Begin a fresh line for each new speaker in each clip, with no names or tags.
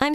I'm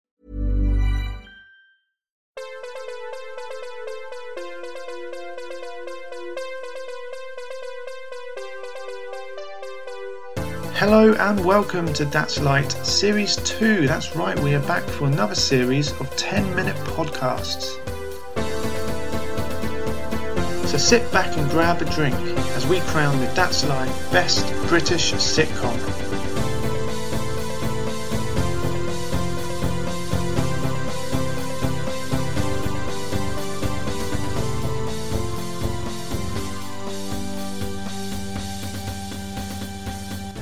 Hello and welcome to That's Light Series 2. That's right, we are back for another series of 10 minute podcasts. So sit back and grab a drink as we crown the That's Light Best British Sitcom.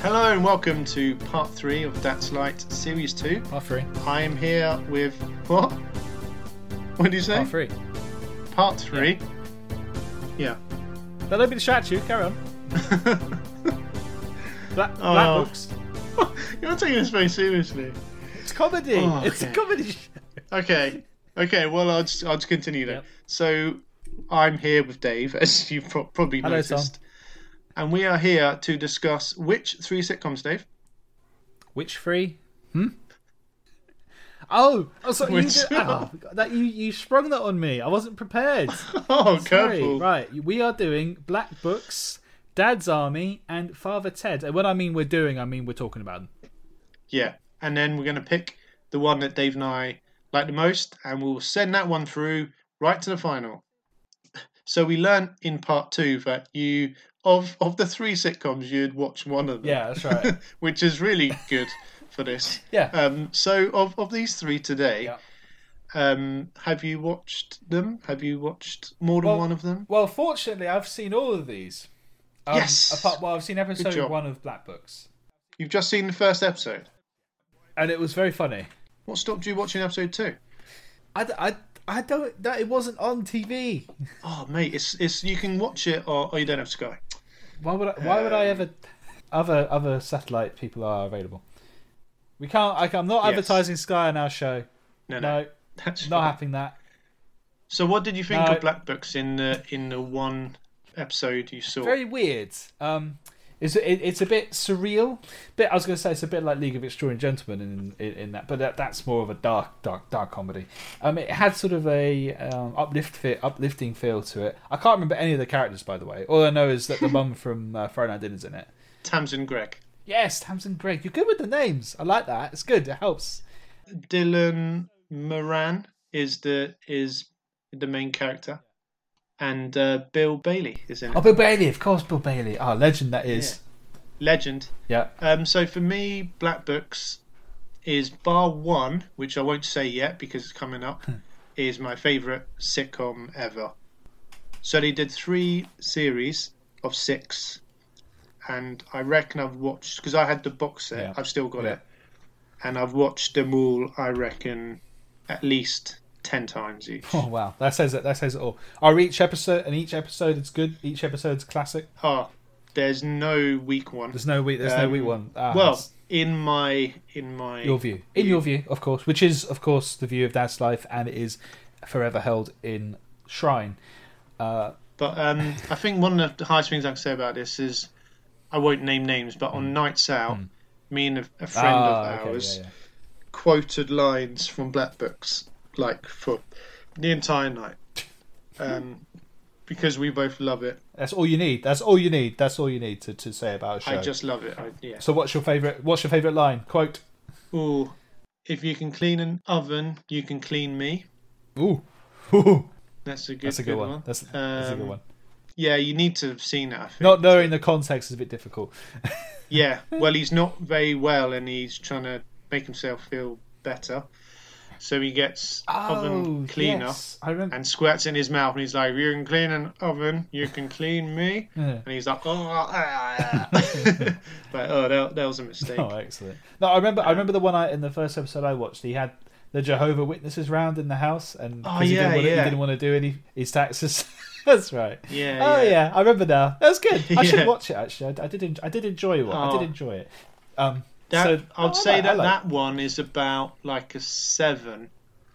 Hello and welcome to part 3 of That's Light Series 2.
Part three.
I am here with. What? What did you say?
Part three.
Part three. Yeah.
But let me distract you. Carry on. Black, black
Oh.
books.
You're taking this very seriously.
It's comedy.
Oh,
It's
okay.
a comedy.
Okay. Okay. Well, I'll just, I'll just continue then.
Yep.
So I'm here with Dave, as you've pro- probably
Hello, Tom.
noticed. And we are here to discuss which three sitcoms, Dave?
Which three? Hmm. Oh, oh, sorry. You
Which-
did, oh, that you you sprung that on me. I wasn't prepared.
Oh,
Sorry.
curveball.
Right. We are doing Black Books, Dad's Army, and Father Ted. And when I mean we're doing, I mean we're talking about them.
Yeah. And then we're going to pick the one that Dave and I like the most, and we'll send that one through right to the final. So we learned in part two that you, of of the three sitcoms, you'd watch one of them.
Yeah, that's right.
which is really good for this.
Yeah.
Um, so of, of these three today,
Yeah.
um, have you watched them? Have you watched more than
Well-
one of them?
Well, fortunately, I've seen all of these. Um,
Yes.
Apart, well, I've seen episode
job.
one of Black Books,
You've just seen the first episode.
and it was very funny.
What stopped you watching episode two?
I, d- I, I don't. That it wasn't on TV.
Oh, mate, it's it's you can watch it or, or you don't have Sky.
Why would I, why
Um.
would I ever? Other other satellite people are available. We can't. I, I'm not
Yes.
advertising Sky on our show.
No, no,
No,
that's
not
fine.
happening. That
So, what did you think
No.
of Black Books in the in the one episode you saw?
very weird. Um, it's it, it's a bit surreal. Bit I was going to say it's a bit like League of Extraordinary Gentlemen in in, in that, but that, that's more of a dark dark dark comedy. Um, it had sort of a um, uplift fe uplifting feel to it. I can't remember any of the characters by the way. All I know is that the mum from uh, Friday Night Dinner's in it.
Tamsin Gregg,
Yes, Tamsin Greg. You're good with the names. I like that. It's good. It helps.
Dylan Moran is the is the main character, and uh, Bill Bailey is in it.
Oh, Bill Bailey, of course, Bill Bailey. Oh, legend that is.
Legend.
Yeah.
Um, so for me, Black Books is bar one, which I won't say yet because it's coming up,
Hmm.
is my favourite sitcom ever. So they did three series of six, and I reckon I've watched because I had the box set.
Yeah.
I've still got
Yeah.
it, and I've watched them all. I reckon at least ten times each.
Oh wow, that says it. That says it all. Are each episode and each episode is good. Each episode's classic.
Ah, there's no weak one.
There's no weak. There's no
Um,
weak one. Ah,
well,
that's
in my in my
your view, in your view, of course, which is of course the view of Dad's life, and it is forever held in shrine.
But um, I think one of the highest things I can say about this is I won't name names, but on nights out, me and a, a friend
Hmm. Ah,
of
okay,
ours
yeah, yeah.
quoted lines from Black Books, like for the entire night, um, because we both love it.
That's all you need. That's all you need. That's all you need to, to say about a show.
I just love it. I, yeah.
So, what's your favorite? What's your favorite line? Quote.
Ooh, if you can clean an oven, you can clean me.
Ooh. Ooh.
That's a good.
That's a good, one. That's, that's a
Um,
good one.
Yeah, you need to have seen that. I think.
Not knowing the context is a bit difficult.
Yeah, well, he's not very well, and he's trying to make himself feel better. So he gets oven cleaner
Oh, yes. I remember.
and squirts in his mouth, and he's like, "You can clean an oven, you can clean me."
Yeah.
And he's like, "Oh, ah, ah." but oh, that, that was a mistake.
Oh, excellent! No, I remember. I remember the one I in the first episode I watched. He had the Jehovah Witnesses round in the house, and
Oh,
'cause he,
yeah,
didn't wanna, he
yeah.
didn't want to do any his taxes. That's right.
Yeah,
Oh yeah.
yeah.
I remember now. That was good. I should
Yeah.
watch it actually. I, I did. En- I did enjoy one. I
Oh.
did enjoy it. Um,
That,
so
I would
I
say
like- I
that
like-
that one is about like a seven,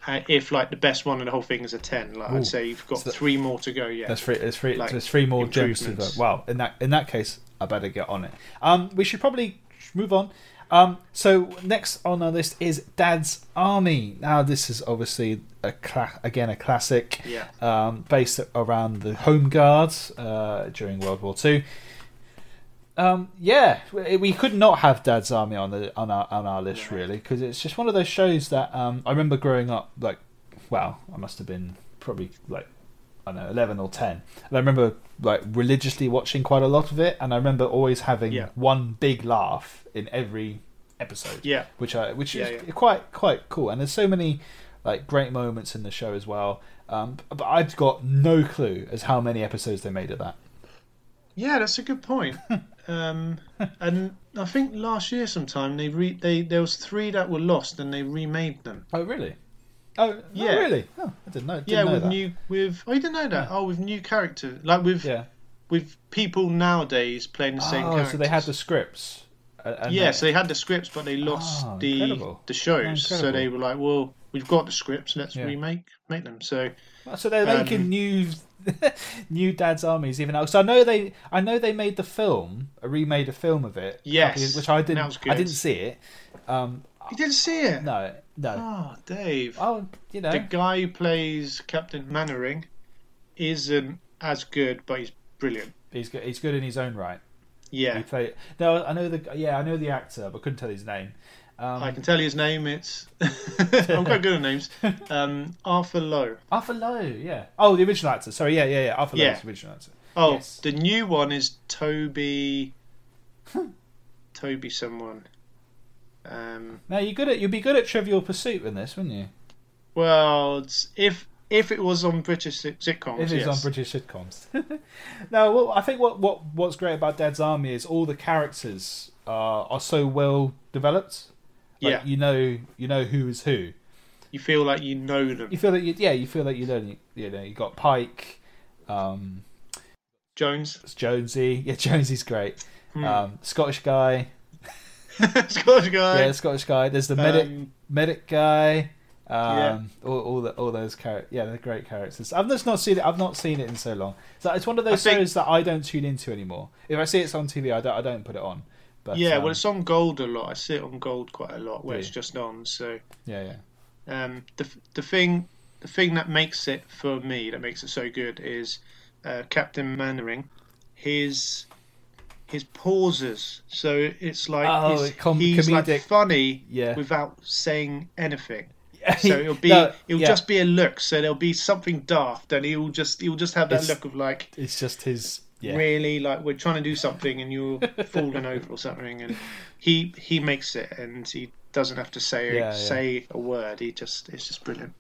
uh, if like the best one in the whole thing is a ten. Like I'd say you've got three more to go. Yeah,
That's three. That's three.
Like,
there's three more gems to go.
improvements.
Wow. In that in that case, I better get on it. Um, we should probably move on. Um, so next on our list is Dad's Army. Now this is obviously a cla- again a classic.
Yeah.
Um, based around the Home Guards uh, during World War Two. Um, yeah, we we could not have Dad's Army on the on our on our list really, 'cause really because it's just one of those shows that um, I remember growing up. Like, wow, I must have been probably like I don't know eleven or ten, and I remember like religiously watching quite a lot of it, and I remember always having
Yeah.
one big laugh in every episode.
Yeah.
which I which
Yeah,
is
yeah.
quite quite cool, and there's so many like great moments in the show as well. Um, but I've got no clue as how many episodes they made of that.
yeah, that's a good point. um, and I think last year sometime they re- they there was three that were lost and they remade them.
Oh really? Oh yeah,
Yeah.
really? Oh, I didn't know. did
yeah, with new with oh you didn't know that oh with new character like with
Yeah.
with people nowadays playing the same
oh,
characters.
so they had the scripts. a- and
yeah,
they-
so they had the scripts but they lost
Ah,
the
incredible.
the shows. So they
Incredible.
were like, well, we've got the scripts, let's
Yeah.
remake make them. So
so they're
um,
making new, new Dad's Armies even now. So I know they, I know they made the film, a remade a film of it. a
Yes,
couple years- which I
that
didn't,
was
I
good.
didn't see it. Um,
you didn't see it.
no, no.
Oh, Dave.
Oh, you know,
The guy who plays Captain Mannering isn't as good, but he's brilliant.
he's good. He's good in his own right.
Yeah,
He played. No, I know the. Yeah, I know the actor, but couldn't tell his name.
I can tell you his name. It's I'm quite good at names. Um, Arthur Lowe.
Arthur Lowe. Yeah. Oh, the original actor. Sorry. Yeah, yeah, yeah. Arthur
Yeah.
Lowe's the original actor.
Oh,
Yes.
the new one is Toby. Toby, someone. Um,
Now you good at you'd be good at Trivial Pursuit in this, wouldn't you?
well, it's, if if it was on British sit- sitcoms,
It is
yes.
on British sitcoms. no, well, I think what, what what's great about Dad's Army is all the characters are are so well developed. Like,
Yeah.
you know, you know who is who.
You feel like you know them.
You feel that you, yeah, you feel that you know, you know, you got Pike, um,
Jones,
it's Jonesy. Yeah, Jonesy's great.
Hmm.
Um, Scottish guy.
Scottish guy.
Yeah, Scottish guy. There's the medic
Um,
medic guy. Um,
Yeah.
all, all the, all those characters. Yeah, they're great characters. I've just not seen it. I've not seen it in so long. So it's one of those
I think-
shows that I don't tune into anymore. If I see it's on TV, I don't. I don't put it on. But
yeah,
um,
well, it's on Gold a lot. I see it on Gold quite a lot, where
Do
it's
you?
just on. So
yeah, yeah.
um, the the thing the thing that makes it for me that makes it so good is uh, Captain Mannering, his his pauses. So it's like
Oh,
he's,
com-
he's
comedic.
like funny
Yeah.
without saying anything. So it'll be
No,
it'll
yeah.
just be a look. So there'll be something daft, and he'll just he'll just have that
It's-
look of like
It's just his. Yeah,
really like we're trying to do something and you're falling over or something and he he makes it and he doesn't have to say
Yeah, yeah.
say a word he just it's just brilliant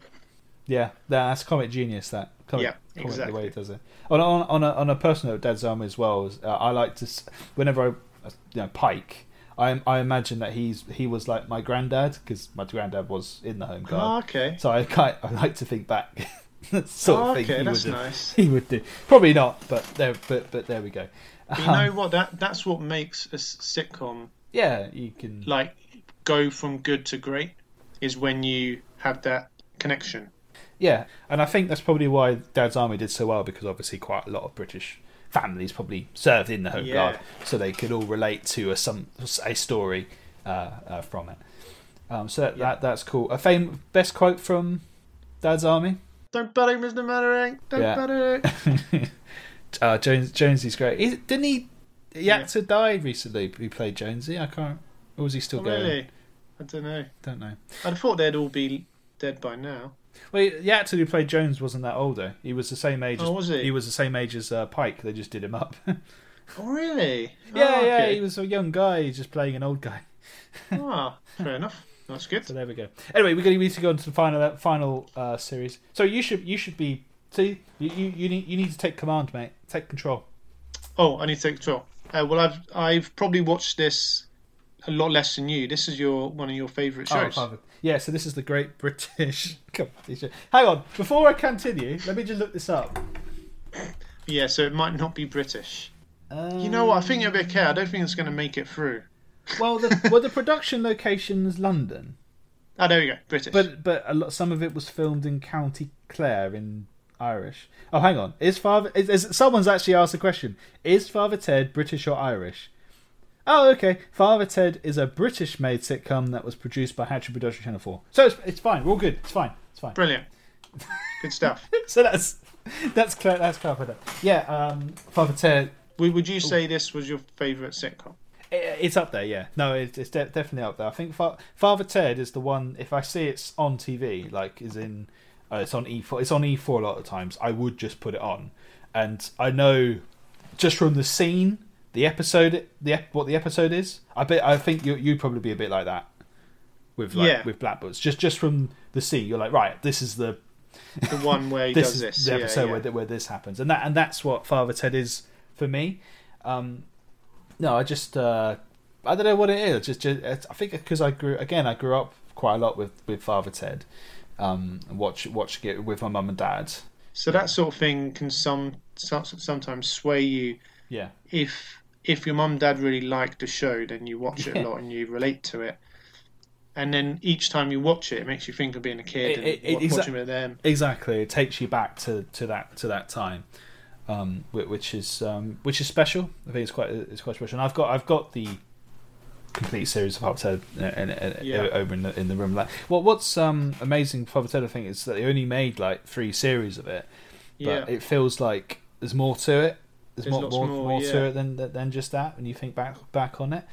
yeah. That's comic genius. That comic,
Yeah,
comic
exactly.
the way it does it. On on on a, on a personal note, Dad's Army as well. Is, uh, I like to s- whenever I, uh, you know, Pike. I, I imagine that he's he was like my granddad because my granddad was in the home guard.
oh, okay
So I kind I like to think back. That's the sort
Oh,
of thing
okay,
he
that's
would
nice.
do. He would do. Probably not, but there but but there we go. Uh,
But you know what that that's what makes a s- sitcom
Yeah, you can
like go from good to great is when you have that connection
Yeah. And I think that's probably why Dad's Army did so well because obviously quite a lot of British families probably served in the Home
Yeah.
Guard so they could all relate to a some a story uh, uh, from it. Um, so that, that that's cool. A fame best quote from Dad's Army.
don't panic mr mannering don't
Yeah.
panic
Uh, Jones Jonesy's great. Is, didn't he? The
Yeah.
actor died recently. Who played Jonesy? I can't. Or was he still going?
really i don't know
Don't know.
i'd have thought they'd all be dead by now
Well, the actor who played Jones wasn't that older. He was the same age.
Oh,
as,
was he?
was the same age as uh, Pike. They just did him up. yeah,
oh really
yeah.
oh,
He
okay.
was a young guy. He's just playing an old guy.
Ah, fair enough that's good
So there we go. Anyway, we're going to need to go into the final final uh, series. So you should you should be see you, you, you need you need to take command, mate. Take control.
Oh, I need to take control. Uh, well, I've I've probably watched this a lot less than you. This is your one of your favourite shows.
Oh, Father. Yeah, so this is the Great British competition. Hang on, before I continue, let me just look this up.
Yeah, so it might not be British.
Um,
you know what? I think it'll be okay. I don't think it's going to make it through.
Well, the, well, the production location's London,
Oh, there we go. British.
but but a lot, some of it was filmed in County Clare in Irish. Oh, hang on, is Father? Is, is someone's actually asked a question? Is Father Ted British or Irish? Oh, okay. Father Ted is a British-made sitcom that was produced by Hatchery Production Channel Four. So it's, it's fine. We're all good. It's fine. It's fine.
Brilliant. Good stuff.
So that's that's clear. That's clarified. Up. Yeah, um, Father Ted.
Would would
Oh.
you say this was your favourite sitcom?
i- It's up there, yeah. No, it, it's de- definitely up there. I think Fa- Father Ted is the one. If I see it's on TV, like is in, uh, it's on E four. It's on E four a lot of times. I would just put it on, and I know just from the scene, the episode, the ep- what the episode is. I bet I think you you'd probably be a bit like that with like
Yeah.
with Black Books. Just just from the scene, you're like, right, this is the
The one where he
this
does
is
this.
the
Yeah,
episode
yeah.
Where, th- where this happens, and that and that's what Father Ted is for me. Um, no, I just uh, I don't know what it is. Just, just it's- I think because I grew again, I grew up quite a lot with with Father Ted, um, and watch watching it with my mum and dad.
So that sort of thing can some, some sometimes sway you
Yeah,
if if your mum and dad really like the show, then you watch it
Yeah.
a lot and you relate to it. And then each time you watch it, it makes you think of being a kid
It-
and
it- it-
wa-
exact-
watching it then.
exactly. It takes you back to, to that to that time, um, whi- which is um, which is special. I think it's quite it's quite special. And I've got I've got the complete series of Father Ted uh, in- in-
Yeah.
over in the, in the room. Like, well, what's um, amazing Father Ted I think is that they only made like three series of it, but
Yeah.
it feels like there's more to it. There's,
There's
more,
lots
more,
more,
more
yeah.
to it than than just that. When you think back back on it,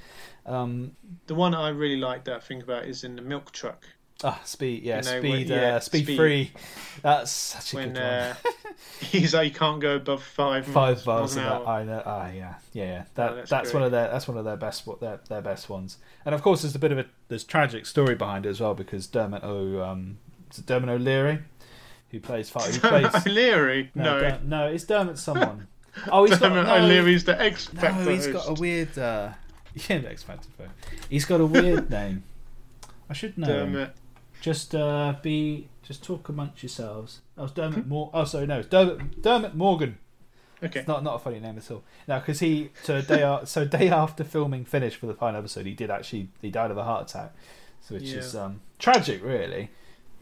um,
The one I really like that I think about is in the milk truck
ah, speed, yeah,
You know,
speed,
when- yeah,
uh, speed,
Speed.
free. That's such a
when
good one.
uh, he's like you can't go above five
five
miles- miles
bars
an
of that.
hour.
I know. Ah, yeah, yeah. yeah. That
that's
that's, one
great.
of their that's one of their best what their their best ones. And of course, there's a bit of a there's tragic story behind it as well because Dermot O um is it Dermot O'Leary who plays fi- who plays
O'Leary?
no
No,
Der- no it's Dermot someone. Oh, he's
Dermot
got no,
O'Leary's the X Factor
no, he's got
host.
a weird uh yeah X Factor. fan. He's got a weird name. I should know. him.
Dermot.
Just uh, be just talk amongst yourselves. Oh, it's
Hmm?
Dermot Mor. Oh, sorry, no, it's Dermot Dermot Morgan.
Okay.
It's not not a funny name at all. No, because he so a day a- so a day after filming finished for the final episode, he did actually he died of a heart attack, so which
Yeah.
is um, tragic, really.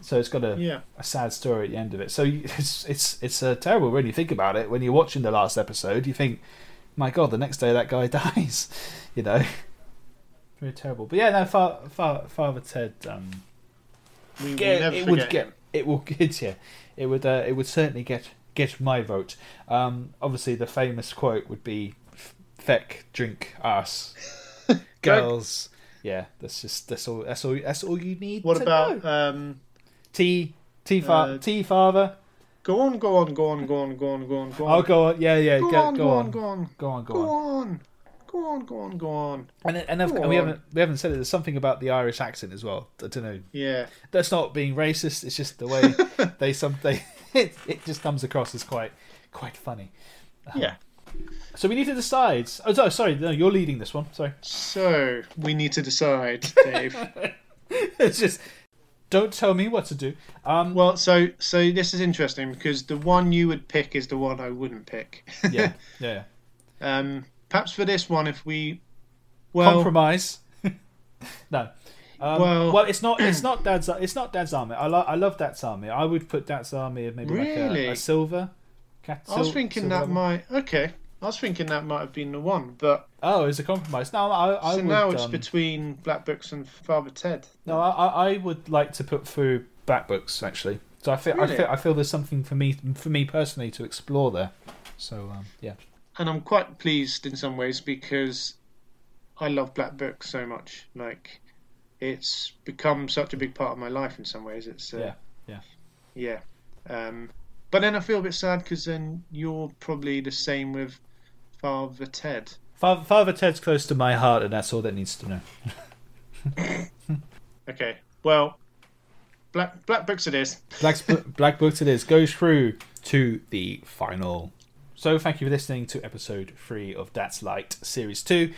So it's got a,
Yeah.
a sad story at the end of it. So you, it's it's it's uh, terrible when you think about it. When you're watching the last episode, you think, my God, the next day that guy dies, you know. Really terrible, but yeah, no. Fa- Fa- Father Ted, um,
We will
get-
never
it
forget.
would get it will get yeah, it would uh, it would certainly get get my vote. Um, obviously, the famous quote would be "feck drink ass girls." yeah, that's just that's all that's all that's all you need.
What
to
about
know.
um?
T T fa-
uh,
T father?
Go on, go on, go on, go on, go on, go on, go on.
Oh, go on, yeah, yeah,
Go
go,
on, go on, go on.
go on, go
Go
on.
on, go on, go on, go on.
And and, I've-
Go
and we
on.
haven't we haven't said it. There's something about the Irish accent as well. I don't know.
Yeah,
that's not being racist. It's just the way they some they it, it just comes across as quite quite funny. Ah.
yeah.
So we need to decide. Oh, so- sorry, no, you're leading this one. Sorry,
So we need to decide, Dave.
it's just don't tell me what to do. Um,
well, so so this is interesting because the one you would pick is the one I wouldn't pick.
yeah, yeah, yeah.
um, perhaps for this one, if we well,
compromise. no. Um, well,
Well-
it's not. It's not Dad's. It's not Dad's army. I love. I love Dad's army. I would put Dad's army as maybe like
Really?
a, a silver. Cat,
I was
sil-
thinking
silver
that
one.
might okay. I was thinking that might have been the one, but
Oh, it's a compromise. No, I. I
so
would,
now it's
um,
between Black Books and Father Ted.
No, I, I I would like to put through black books actually. So I feel I
Really?
feel I feel there's something for me for me personally to explore there. So um, yeah,
and I'm quite pleased in some ways because I love Black Book so much. Like, it's become such a big part of my life in some ways. It's uh,
yeah,
yeah, Um, but then I feel a bit sad because then you're probably the same with Father Ted.
Father, Father Ted's close to my heart, and that's all that needs to know.
Okay, well, Black Black Books it is.
Black Black Books it is goes through to the final. So thank you for listening to episode three of That's Light series two.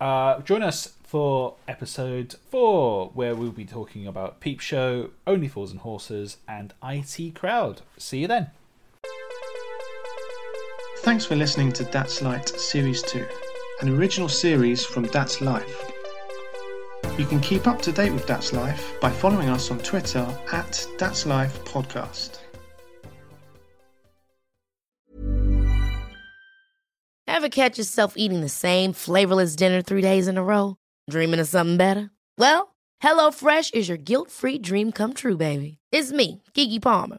Uh, join us for episode four, where we'll be talking about Peep Show, Only Fools and Horses, and IT Crowd. See you then.
Thanks for listening to That's Light Series 2, an original series from That's Life. You can keep up to date with That's Life by following us on Twitter at That's Life Podcast.
Ever catch yourself eating the same flavorless dinner three days in a row? Dreaming of something better? Well, HelloFresh is your guilt free dream come true, baby. It's me, Kiki Palmer.